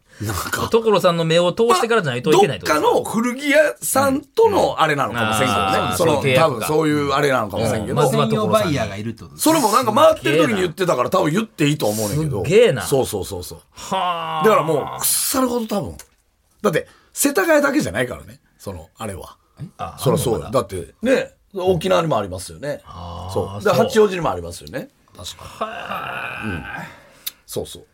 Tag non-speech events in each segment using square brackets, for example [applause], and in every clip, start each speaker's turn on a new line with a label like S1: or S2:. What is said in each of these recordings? S1: か、
S2: 所さんの目を通してからじゃないといけないって
S1: ど
S2: こ
S1: っか
S2: と
S1: の古着屋さんとのあれなのかもしれんけど
S2: う
S1: ね。その、
S2: んそういう契約
S1: 多
S2: が
S1: 分そういうあれなのかもしれんけ
S2: うんまず
S1: ど。
S2: は
S3: 専用バイヤーがいるってことです
S1: それもなんか回ってる時に言ってたから多分言っていいと思うねんけど。
S2: すっげえな
S1: そうそうそうそう。
S2: はあ。
S1: だからもう、腐るほど多分。だって、世田谷だけじゃないからね。その、あれは。
S2: あ
S1: そりゃそうだ。だって、ね、沖縄にもありますよね。そう。で、
S2: そう
S1: 八王子にもありますよね。確かに。うん。そうそう。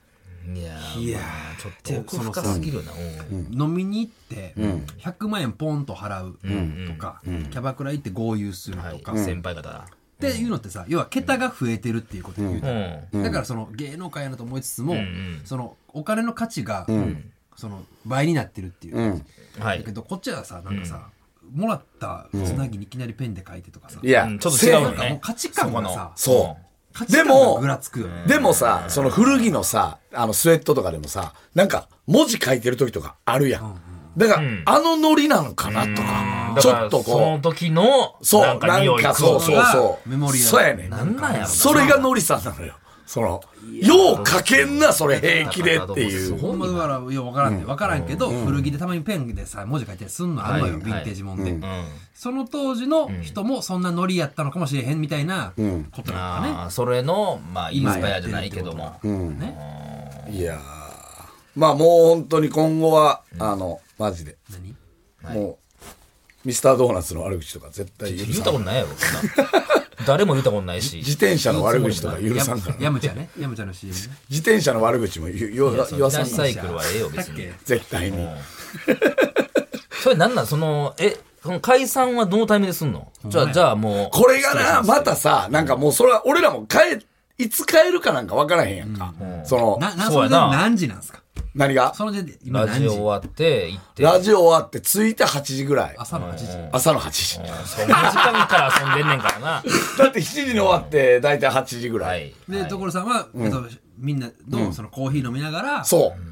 S2: いやー、
S3: いや
S2: ちょっと奥深すぎるな。うん
S3: 飲みに行って100万円ポンと払うとか、キャバクラ行って豪遊するとか、っ
S2: 先輩方だ。
S3: ていうのってさ要は桁が増えてるっていうことで言うと、だからその芸能界やなと思いつつも、そのお金の価値が、その倍になってるっていう、
S2: は
S3: だ
S2: い
S3: け。どこっちはさなんかさ、もらったつなぎにいきなりペンで書いてとかさ、
S1: いや、
S2: うんちょっと違う
S3: な
S2: よ
S3: んかもう
S2: ね。
S3: 価値観がさ
S1: そ
S3: 価
S1: う。
S3: 値
S1: で
S3: 観が
S1: も
S3: ぐ、らつくよね
S1: でもさ、その古着のさ、あのスウェットとかでもさ、なんか文字書いてる時とかあるやん。だから、あのノリなのかなとか、
S2: だ
S1: ち
S2: か
S1: ょ
S2: ら
S1: っと
S2: その
S1: こ
S2: 時の、
S1: う、そう、
S2: な
S1: なんん
S2: か匂い
S1: かそうそうそう。
S3: メモリアル
S1: そうやねん。
S2: なんなんやろな
S1: それがノリさんなのよ。その、よう書けんな、それ平気でってい
S2: そう
S1: う。
S3: ほんまだからよう分からんね分からんけど、古着でたまにペンでさ文字書いたりすんのあるのよ、
S2: はい
S3: ヴィンテージもんで、
S2: うん。
S3: その当時の人もそんなノリやったのかもしれへんみたいなことなのかね、
S2: あーそれの、まあ、インスパイアじゃないけども。
S1: いやーまあもう本当に今後は、あの、マジで。
S3: 何
S1: もう、ミスタードーナツの悪口とか絶対許
S2: 言っ
S1: さ
S2: た
S1: ん
S2: こ。とないやろ、そん
S1: [laughs]
S2: な誰も言ったことないし。
S1: 自転車の悪口とか許さんからね。
S3: ヤムチャねヤムチャの CM ね
S1: 自転車の悪口も言言わ言わさん
S2: サ
S1: から
S2: イクルはええよ、別に。
S1: 絶対に。
S2: それなんなんその、え、その解散はどのタイミングですんのじゃあ、じゃあもう。
S1: これがな、またさ、なんかもうそれは俺らも帰、いつ帰るかなんか分からへんやんか。その、
S3: なな
S2: そう
S3: そ
S2: や
S3: れで
S2: な
S3: 何時なんですか
S1: 何が
S3: その時点で今
S2: ラジ
S3: 何
S2: オ
S3: 時
S2: 終わって、行って。
S1: ラジオ終わって着いて8時ぐらい。
S3: 朝の8時
S1: 朝の8時。
S2: そんな時間から遊んでんねんからな。
S1: だって7時に終わって大体8時ぐら。
S2: はいい。
S3: で所さんは、えっとみんなどうそのコーヒー飲みながら
S1: そう。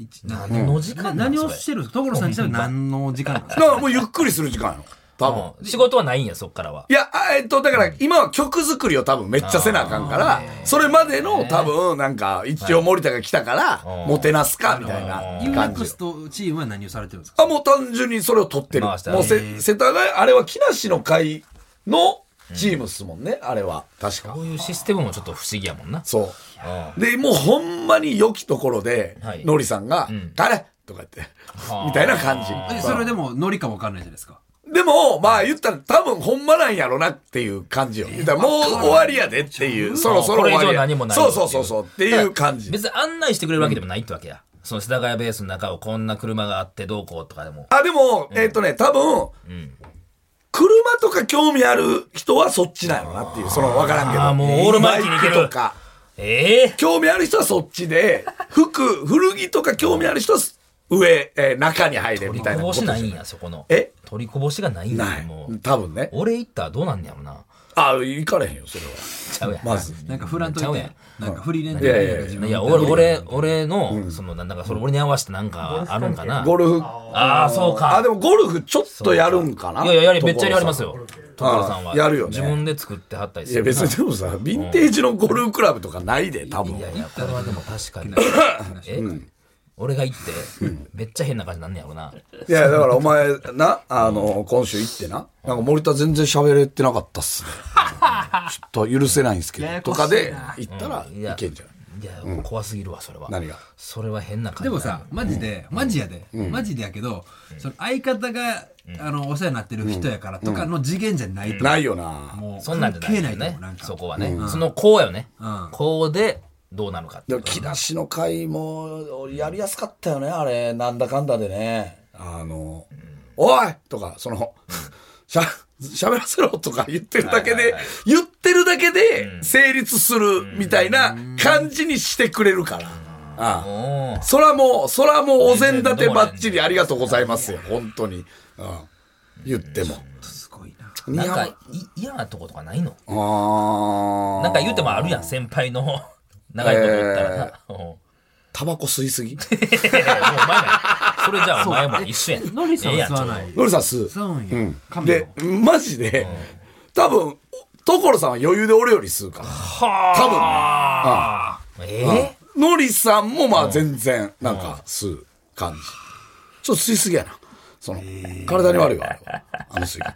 S3: 一なんか
S2: 何の時間なん
S3: 何を
S2: それ
S3: してるんですか所さん自体は何の時間なんです
S1: だからもうゆっくりする時間やろ。多分。
S2: うん仕事はないんや、そっからは。
S1: いや、あえっと、だから、今は曲作りを多分めっちゃせなあかんから、それまでの多分、なんか、一応森田が来たから、もてなすか、みたい
S3: ユ
S1: な
S3: ーネ
S1: 感
S3: ク
S1: じ
S3: ス。トチームは何をされてるんですか
S1: あ、もう単純にそれを取ってる。も
S2: 回
S1: う
S2: してあげる
S1: せ、世田谷、あれは木梨の会のチームっすもんね、あれは。確か
S2: こ。ういうシステムもちょっと不思議やもんな。
S1: そう。で、もうほんまに良きところで
S2: はい、
S1: ノリさんが、誰とか言って、みたいな感じ。
S3: えそれでもノリかもわかんないじゃないですか
S1: でも、まあ言ったら多分ほんまなんやろなっていう感じよ。言ったらもう終わりやでっていう、そろそろ終わり
S2: これ以上
S1: や。
S2: 何もない
S1: そうそうそうそうっていう感じ。
S2: 別に案内してくれるわけでもないってわけや。その世田谷ベースの中をこんな車があってどうこうとかでも。
S1: あ、でも、えっ、とね、多分、車とか興味ある人はそっちなんやろなっていう、その分からんけど。
S2: あーもうオールマイティーにいける
S1: バイクとか。
S2: ええ
S1: 興味ある人はそっちで、服、古着とか興味ある人は上、えー中に入れみたい
S2: こ
S1: なこ
S2: ぼ
S1: と
S2: し
S1: じゃ
S2: ないんや、そこの。
S1: え
S2: 取りこぼしがないん
S1: な
S2: や、
S1: い
S2: もう。
S1: 多分ね
S2: 俺行ったらどうなんねやろな。
S1: あ行かれへんよそれは
S2: ちゃうやん。
S1: まず
S3: なんか振らんとい
S2: ちゃう
S3: て
S2: や、
S3: なんか振り入れんと
S1: いやいやいや
S3: い
S2: ん。いや、俺、俺、俺の、その、なんか、それ俺に合わせてなんかあるんかな。
S1: ゴルフ
S2: ああ、そうか。
S1: あでもゴルフちょっとやるんかない
S2: やいや、やり、めっちゃやりますよ。所さんは。
S1: やるよね
S2: 自分で作ってはったりす
S1: い
S2: る
S1: や
S2: な。
S1: 別にでもさヴィンテージのゴルフクラブとかないで多分
S2: いやいや、これはでも確かに。え俺が行って、めっちゃ変な感じなんねやろな。
S1: いや、だからお前な、あの、今週行ってな、なんか森田全然喋れてなかったっす [laughs] ね。ちょっと許せないんですけど、とかで行ったら
S2: いや
S1: いけんじゃん。
S2: いや、怖すぎるわ、それは。
S1: 何が
S2: それは変な感じ。
S3: でも、さ、マジで、マジやで、マジでやけど、その相方が、あの、お世話になってる人やからとかの次元じゃないと。
S1: ないよな。
S3: もう、
S2: そんなんじゃないよ
S3: 関係ないと
S2: ね
S3: 思うなん。か。
S2: そこはね。その、こうよね
S3: ん。
S2: こうで、どうなるかって
S1: で
S2: い
S1: も、
S2: う。
S1: 木梨の会も、やりやすかったよね、あれ。なんだかんだでね。あの、おいとか、その、 [laughs] しゃ、喋らせろとか言ってるだけで、言ってるだけで成立するみたいな感じにしてくれるから。ああ
S2: おー
S1: そらもう、そらもうお膳立てばっちりありがとうございますよ。本当に。うん、言っても。
S3: すごい
S2: な
S3: な。
S2: んか、い嫌なとことかないの
S1: あ
S2: なんか言うてもあるやん、先輩の [laughs] 長いこと言ったらな。うんも
S1: タバコ吸いすぎ
S2: うお前もそれじゃあお前も一緒やん。
S3: ノリさん
S2: ええや
S3: は吸
S2: ん
S3: わない。
S1: ノリさん吸う。
S3: 吸うんや。神
S1: で
S3: よ、
S1: マジで、多分、所さんは余裕で俺より吸うから。多分ね。
S2: ああ。え
S1: ノリさんもまあ全然、なんか吸う感じ。ちょっと吸いすぎやな。その、体に悪いわ。あれはあの吸い方。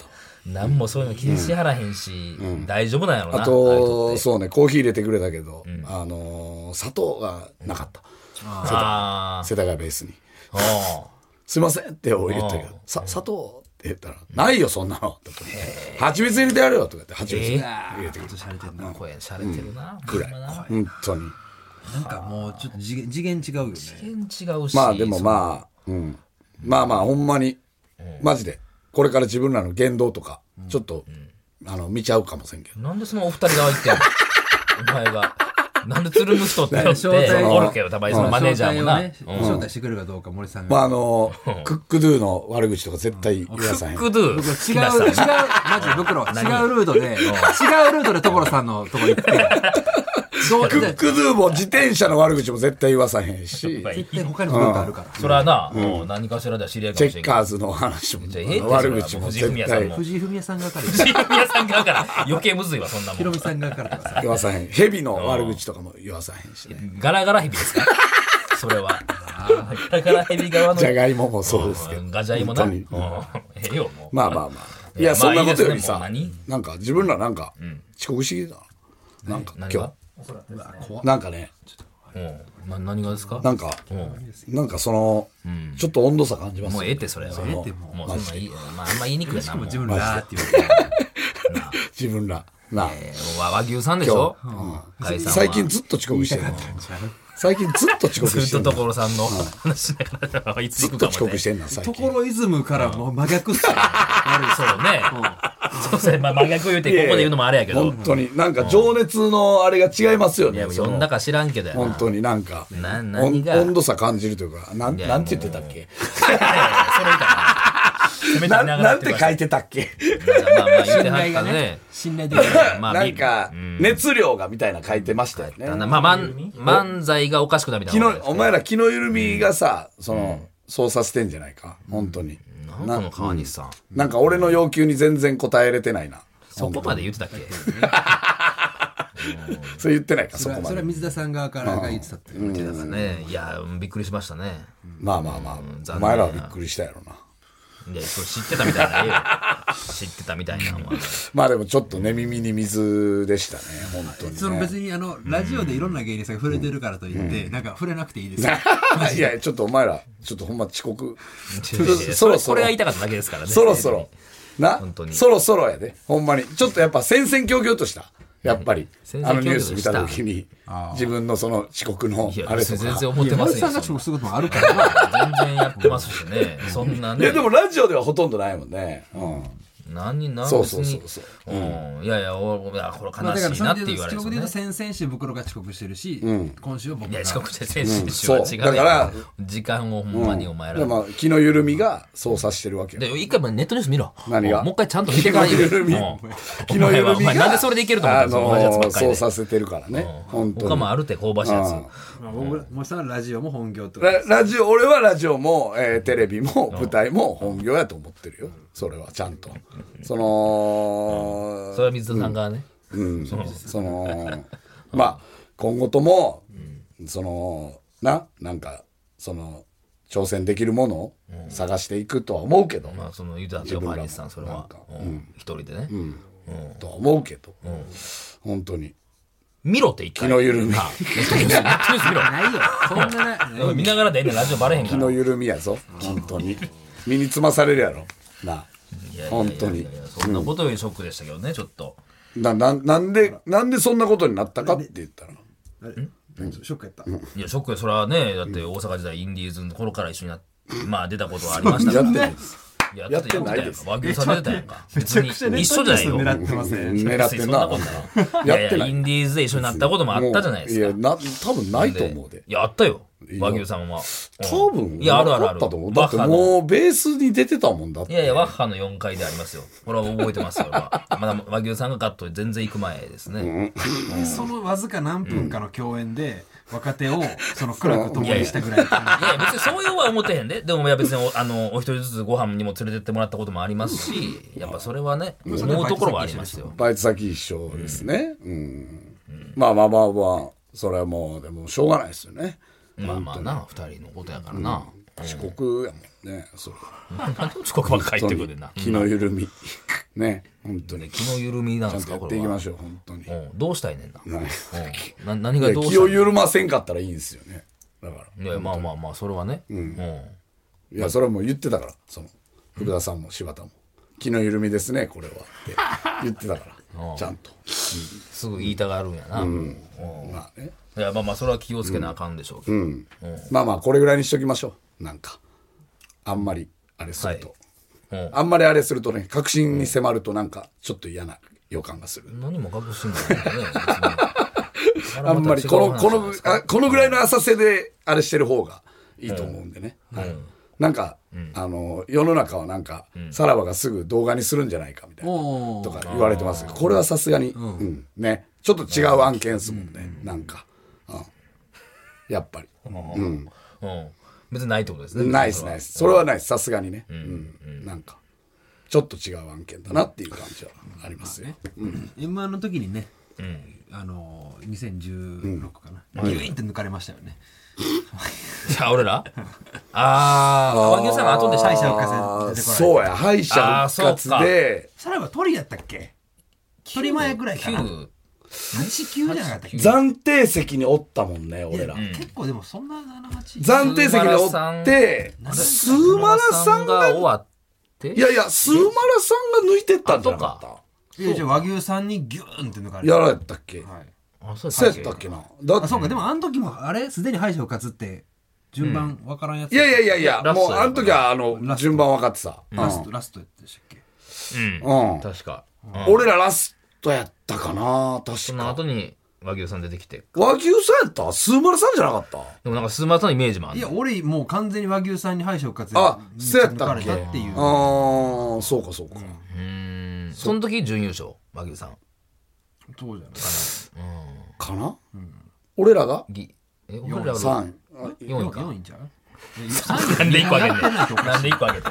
S2: えなんもそういうの気にしはらへんし、大丈夫なんやろな。
S1: あ
S2: ああいう人っ
S1: と、
S2: て
S1: そうね、コーヒー入れてくれたけど、あのー、砂糖がなかった。
S2: あ
S1: 世田谷ベースに。
S2: あ。あ
S1: すいませんって俺言ったけど、さ、砂糖って言ったら、ないよ、そんなの。とか蜂蜜入れてやるよ、とか言って、蜂蜜
S2: え
S1: 入れてくる。
S3: しゃれてんな
S2: あ。。声しゃれてるな。
S1: ぐらい。本当に。
S3: なんかもう、ちょっと次元、次元違うよ
S2: [laughs]
S3: ね。
S2: 全然違うし。
S1: まあでもまあ、うん。まあまあ、ほんまに、マジで、これから自分らの言動とか、ちょっと、あの、見ちゃうかもしれんけど。
S2: なんでそのお二人側行ってんのお前が。なんでつるむ人って言って、
S3: 招待
S2: おるけど、たまにそのマネージャーもな。
S3: 招待をね招待してくれるかどうか、森さん
S1: まあ
S3: が。
S1: あ
S2: [laughs]
S1: の、クックドゥの悪口とか絶対言わ
S2: ク
S1: さへん
S2: ッ。クドゥ。
S3: 僕は違
S2: 木梨
S3: う、
S2: さん
S3: 違
S2: ね
S3: う、マジで僕らは違うルートで、違うルートで所さんのとこ行
S2: [laughs]
S3: って、どう
S1: クックドゥも自転車の悪口も絶対言わさへんし、
S3: 絶対他にもルートあるから。
S2: それはな、もう何かしらでは知り合いか
S1: チ
S2: も
S1: ェ
S2: し
S1: ッ
S2: れんけど
S1: カーズの話も
S2: じゃあええって、
S1: 悪口も
S2: 藤井
S1: 絶
S2: フミヤさん
S1: 対
S2: も。
S3: 藤井フミヤさんがから、
S2: 藤井フミヤさん側から余計むずいわ、そんなも
S3: ヒロミ
S2: ん。
S3: さんがからとかさ。
S1: 言わさへん。蛇の悪口とかも言わさへんしね。
S2: ガラガラヘビですかそれは。ガラガラヘビ側の。
S1: じゃがいももそうですけど
S2: う。んガジャイもな。う
S1: 本
S2: ん
S1: 当
S2: え
S1: に
S2: えよ、もう。
S1: まあまあまあ。いや、
S2: まあ
S1: そんなことよりさ
S2: いいですねもう、
S1: なんか自分らなんか遅刻してきたな。なんか今
S2: 何
S1: 日
S2: が。
S1: なんかね、
S2: うんな何がですか
S1: なんか、なんかその、ちょっと温度差感じます
S2: もう
S1: よ
S2: ええって、それは。
S1: の
S2: もう、もうそんないい、まあ、あんま言いにくいな。もう
S3: 自
S2: え
S3: 分らーって言われて。
S1: 自分ら。なあ
S2: え和和牛さんでしょ解散は
S1: 最近ずっと遅刻してる。最近ずっと遅刻して
S2: ずっ
S1: る
S2: と。所さんの話しながら、いつ
S1: ず
S2: 行
S1: っ
S2: く
S1: と
S2: か
S1: 遅
S2: もね
S1: 刻し。てんな、最
S3: と
S1: 近。
S3: ころイズムからもう真逆っすよ。
S2: そうね。そうですね。まあ、真逆言うて、ここで言うのもあれやけど。
S1: 本当に、なんか情熱のあれが違いますよね。そ
S2: 呼ん
S1: の
S2: だか知らんけどやな。
S1: 本当になんか、
S2: な
S1: 温
S2: 何が
S1: 温度差感じるというか、なん
S2: いや
S1: なんて言ってたっけ
S2: それかな。
S1: [laughs] ななんて書い
S2: て
S1: てたっけ
S2: まあまあ言って
S3: 信
S2: は
S3: 頼
S2: った
S3: が
S2: ね
S3: ね。。信頼できる。
S2: まあ
S1: なんか、熱量がみたいな書いてましたよね。
S2: まあ、まん漫才がおかしくなるみたい
S1: 気
S2: な
S1: の、お前ら気の緩みがさ、その、操作してんじゃないか本当に。
S2: なんかの川西さん。
S1: なんか俺の要求に全然答えれてないな。
S2: そこまで言ってたっけ
S1: それ言ってないか、
S3: そ
S1: そ
S3: れ
S1: こ
S3: は
S1: ま
S3: そ
S1: で
S3: れは。水田さん側からが言ってたって言ってたからね。
S2: ねいや、びっくりしましたね。
S1: まあまあまあ、
S2: 残念
S1: お前らはびっくりしたやろな。
S2: いや、それ知ってたみたいなええよ。知ってたみたいなのは。
S1: まあでもちょっとね、耳に水でしたね、本当に、ね。
S3: その別にあの、ラジオでいろんな芸人さんが触れてるからといって、なんか触れなくていいですよ。
S1: [laughs] いや、ちょっとお前ら、ちょっとほんま遅刻。
S2: それこれが言いたかっただけですからね。
S1: そろそろ。な
S2: 本当、に
S1: そろそろやで。ほんまに。ちょっとやっぱ戦々恐々とした。やっぱり
S2: 戦。々
S1: あの
S2: 恐々とした
S1: ニュース見た時に、自分のその遅刻の
S2: いや、
S1: あれと
S2: 全
S1: か。
S2: 然思ってま
S3: 森
S2: せ
S3: さ
S2: ん
S3: ん
S2: よ
S3: が。そうすることもあるからな。
S2: 全然やってますしね。そんないね
S1: や、で。もラジオではほとんどないもんね。うん。
S2: 何人何
S1: そう
S2: 別
S1: そう
S2: に
S1: そうそう
S2: うんいやいやおいやこれ
S3: ま
S2: 悲
S3: あだから
S2: しい
S3: そ
S2: な
S3: れ
S2: って言
S3: で言
S2: わ
S3: う
S2: れるん
S3: と遅刻で
S2: で
S3: 言うと
S2: すよね
S3: 先々週袋が遅刻してるし、今週は僕
S2: い
S3: が
S2: や遅刻して選
S1: う
S2: 手
S1: ん
S2: 週は違う,、
S1: そうだから
S2: 時間をほんまにお前ら、
S1: でまあ気の緩みが操作してるわけよ
S2: で一回まあネットニュース見ろ
S1: 何が
S2: もう一回ちゃんと見
S1: [laughs]
S2: てから言
S1: 気の緩み
S2: うん
S1: 気の緩
S2: お前はお
S1: みが
S2: 前なんでそれでいけると思った
S1: あ
S2: んですか同じやつ
S1: の
S2: ば
S1: ー
S2: っかり
S1: そう
S2: で
S1: させてるからね本当
S2: 他
S1: に
S2: もあるって香ばしいやつ
S3: まあ僕らもしたらラジオも本業ってこと
S1: ララジオ俺はラジオも、えーテレビも舞台も本業やと思ってるよそれはちゃんとその
S2: それは水田さんがね、
S1: うん、そのまあ今後とも、そのななんかその挑戦できるものを探していくとは思うけど、
S2: まあその言うてたんですよ
S1: 自分
S2: パ
S1: らも
S2: リスさんそれ
S1: なん
S2: は
S1: か
S2: うん一人でね、
S1: とは思うけど、本当に
S2: 見ろって一
S1: 気
S2: 回
S1: の緩み
S2: ネットニュ [laughs] ースネットニュース見ろ
S3: ないよそんなない
S2: うん見ながらでええねんラジオバレへんか
S1: 気
S2: ら
S1: の緩みやぞ本当に身につまされるやろない
S2: やいやいやいや
S1: 本当に
S2: そんなことよりショックでしたけどねちょっと
S1: なななんでなんでそんなことになったかって言ったら
S3: あれショックやった、
S2: いやショックよそれはねだって大阪時代インディーズの頃から一緒になっまあ出たことはありました
S1: や
S2: か
S1: っ
S2: ら
S1: てるんです
S2: いや
S1: やってないです
S2: 和牛さん出てたやん
S1: [laughs]
S2: か
S3: めちゃくちゃネッ
S2: 一
S3: ト
S2: 緒
S3: ニ
S2: じ
S3: ュ
S2: ゃ
S3: ー
S2: [laughs] ないよ
S3: ス狙ってますね
S1: 狙って
S2: そ
S1: ん
S2: んな
S1: な
S2: こと
S1: や
S2: ないや
S1: って
S2: いや
S1: な
S2: イ
S1: い
S2: ンディーズで一緒になったこともあったじゃないですか
S1: もういやな多分ないと思うで
S2: いやあったよ
S1: いや
S2: 和牛さんは
S1: 多分
S2: いやあるあるあ
S1: な
S2: る
S1: かったと思うだ
S2: バ
S1: っ
S2: ッ
S1: て
S2: ハの
S1: もうベースに出てたもんだって
S2: いやいやワッハの4回でありますよこれは覚えてますよ俺は [laughs] まだ和牛さんがカットで全然行く前ですね
S3: でそのわずか何分かの共演で若手をその苦楽ともにしたぐらい
S2: いやいや別にそういうは思ってへんででもいや別におあ [laughs] のお一人ずつご飯にも連れてってもらったこともありますしやっぱそれはね思うところはありますよ
S1: バイト先一緒ですね。うん。まあまあまあまあ、それはもう、でもしょうがないですよね。
S2: まあまあな二人のことやからな [laughs]
S1: 遅刻やもんね。そう。
S2: なんで遅刻ばっかりってくるな
S1: 気の緩み。ね。本当に。
S2: 気の緩みなん
S1: ちゃ
S2: で
S1: ん
S2: す
S1: と
S2: か
S1: やっ
S2: こ
S1: て
S2: れ
S1: いきま
S2: は
S1: しょう、本当に。い
S2: うんどうしたいねんな
S1: はい
S2: うんな何が
S1: や
S2: どうし
S1: 気
S2: た
S1: を
S2: いねん
S1: 緩ませんかったらいいんですよね。だから。
S2: いやまあまあまあそれはねうん
S1: いや、それはもう言ってたから、その、福田さんも柴田も。気の緩みですね、これは。って言ってた
S2: [laughs]
S1: から。ちゃんと。
S2: すぐ言いたがるんやなうん
S1: まあね。
S2: いやまあまあそれは気をつけなあかんでしょうけど
S1: まあまあ、これぐらいにしときましょう。なんか。あんまり、あれすると。
S2: はいうん
S1: あんまりあれするとね、確信に迫るとなんか、ちょっと嫌な予感がする。
S2: 何も隠してんのかね
S1: あんまり、この、この、
S2: あ
S1: あこのぐらいの浅瀬で、あれしてる方がいいと思うんでね。はいなんか、あの、世の中はなんか、さらばがすぐ動画にするんじゃないかみたいな、
S3: おー
S1: とか言われてますけどこれはさすがに、うん、ね、ちょっと違う案件ですもんね、なんか。うんやっぱり。
S2: うん別にないってことですね
S1: ないです、ないです。それはないです、さすがにね。うんなんか、ちょっと違う案件だなっていう感じはありますね。
S3: M1 の時にね、あの2016かな、ギュインって抜かれましたよね。
S2: じゃあ俺らああ和牛さんが後でシャイ
S3: 敗
S2: シャイ
S3: 者復活
S1: あー
S3: で出てこられ
S1: そうや敗者復活で
S3: た。さらば鳥やったっけ鳥前ぐらいかな。
S2: 9
S3: 8、9じゃなかったっけ
S1: 暫定席におったもんね俺ら、
S3: 結構でもそんな7、8。
S1: 暫定席におってスーマラさんが
S2: 終わって
S1: いやいやスーマラさんが抜いてったんじゃな
S2: あ
S1: か
S3: いやじゃあ和牛さんにギューンって抜か
S1: った
S3: れた。
S1: や
S3: は
S1: られたっけ、
S3: い、
S2: あそう
S1: そうやったっけなだって
S3: あそうか、でもあの時もあれすでに敗者復活って順番わからんやつ。
S1: いやいやいやいや
S2: ラス
S1: もう
S2: トや
S1: あ
S2: から
S1: の時はあの
S3: ラスト
S1: 順番分かってた、
S3: ラスト、ラストやったでしたっけ
S2: うん
S1: うん
S2: 確か
S1: 俺らラストやったかな
S2: そ
S1: 確
S2: の
S1: か
S2: 後に和牛さん出てきて
S1: 和牛さんやったスーマラさんじゃなかった
S2: でもなんかスーマーさんのイメージもある
S3: いや、俺もう完全に和牛さんに敗者復活で
S1: あそうやったっけ
S3: 抜かれたっていう。
S1: ああそうかそうか、
S2: うんその時準優勝和牛さん
S3: そうじゃない。
S1: かな、俺らが
S2: ぎえ俺らは
S1: 3位
S2: 4位か
S3: 4位ちゃう
S2: なんで1個あげんねん
S3: やってな
S2: なんで1個あげて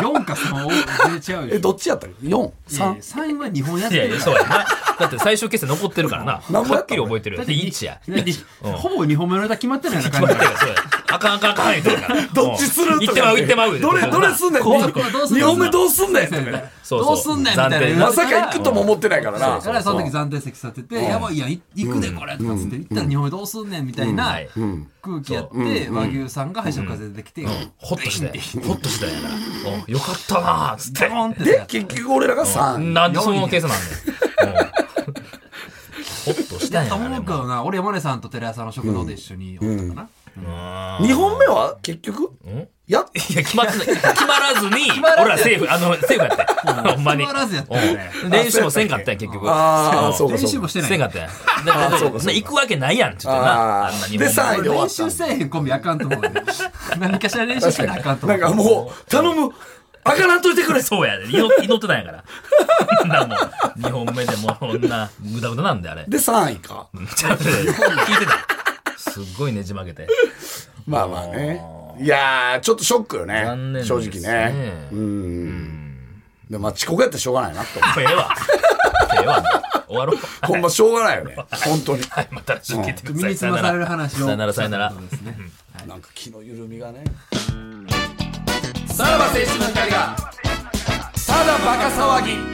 S3: 4か3を全然違うでしょ
S1: えどっちやったっけ 4? 三
S3: 3位は日本やっ
S2: い
S3: て
S2: やい
S3: る
S2: や、
S3: か
S2: そう
S3: ら
S2: やな。だって最終決戦残ってるからな。
S1: 何本
S2: は
S1: や
S2: っ
S1: っ
S2: き
S1: た
S2: り
S1: の
S2: 覚えてるよ。1や。
S3: だってほぼ2本目のネタ決まってないような
S2: そう
S3: 感
S2: や
S3: じだよ
S2: そうやあかんあかんあかん言うてるから。
S1: どっちする
S2: 言ってまう言ってまう。
S1: どれ、どれすんねん。
S3: 怖い怖いどうすんねん
S1: 2本目どうすんねんとかね。
S2: そうそう
S3: どうすんねんみたいな言わ
S1: ま
S3: れた
S1: さ
S3: ら
S1: か行くとも思ってないからな。
S3: だからその時暫定席立てて「やばいやんい行くでこれ」とかつって「行ったら日本目どうすんねん」みたいな
S2: はい
S3: 空気やって和牛さんが敗者風出てきて
S2: ほっとして。ほっとしてやな。うんよかったなーっつって
S3: ド。ーンって
S1: で、結局俺らが3。
S2: なんでその計算なんねん。うんほっとしたんや
S3: と思
S2: な。
S3: うけどな俺山根さんと寺谷さんの食堂で一緒におったかな
S1: 2本目は結局やっ
S2: いや、決まってない。決まらずに、俺らセーフ、あの、セーフやったよ。ほんまに。
S3: 決まらずやったよね
S2: うん練習もせんかったよ、結局。
S1: ああそうか
S3: 練
S1: そ
S3: 習
S1: う
S3: も
S1: か
S3: して
S2: せん
S3: な
S2: か
S3: い
S2: ったよ。だから
S1: あーそうかそうか
S2: 行くわけないやん、ちょっとな。
S1: あー
S2: あんなに
S1: で3位で終わ
S3: 練
S1: った
S3: 習せえへんコンビあかんと思うね何かしら練習してなあかんと思
S1: な
S3: うん
S1: かもう頼むあがらんといてくれ
S2: そうやで。祈って祈ってたんやから。 [laughs] そんなもう、2本目でもうこんな、ぐだぐだなんで、あれ。
S1: で3位か
S2: ちゃう聞いてた。すっごいねじ曲げて。
S1: まあまあねいやーちょっとショックよね
S2: 残念です
S1: 正
S2: ね
S1: 直ねうんでもまあ遅刻やったらしょうがないなと思う
S2: もう
S1: [laughs]
S2: ええわ。ええわ。終わろう。
S1: ほんましょうがないよね本当に
S2: はい、また聞いてくだ
S3: 身
S2: さい。
S3: につまされる話を
S2: さよなら、さよなら。
S3: そうですね
S1: なんか気の緩みがね
S3: さらば青春の光が
S1: ただバカ騒ぎ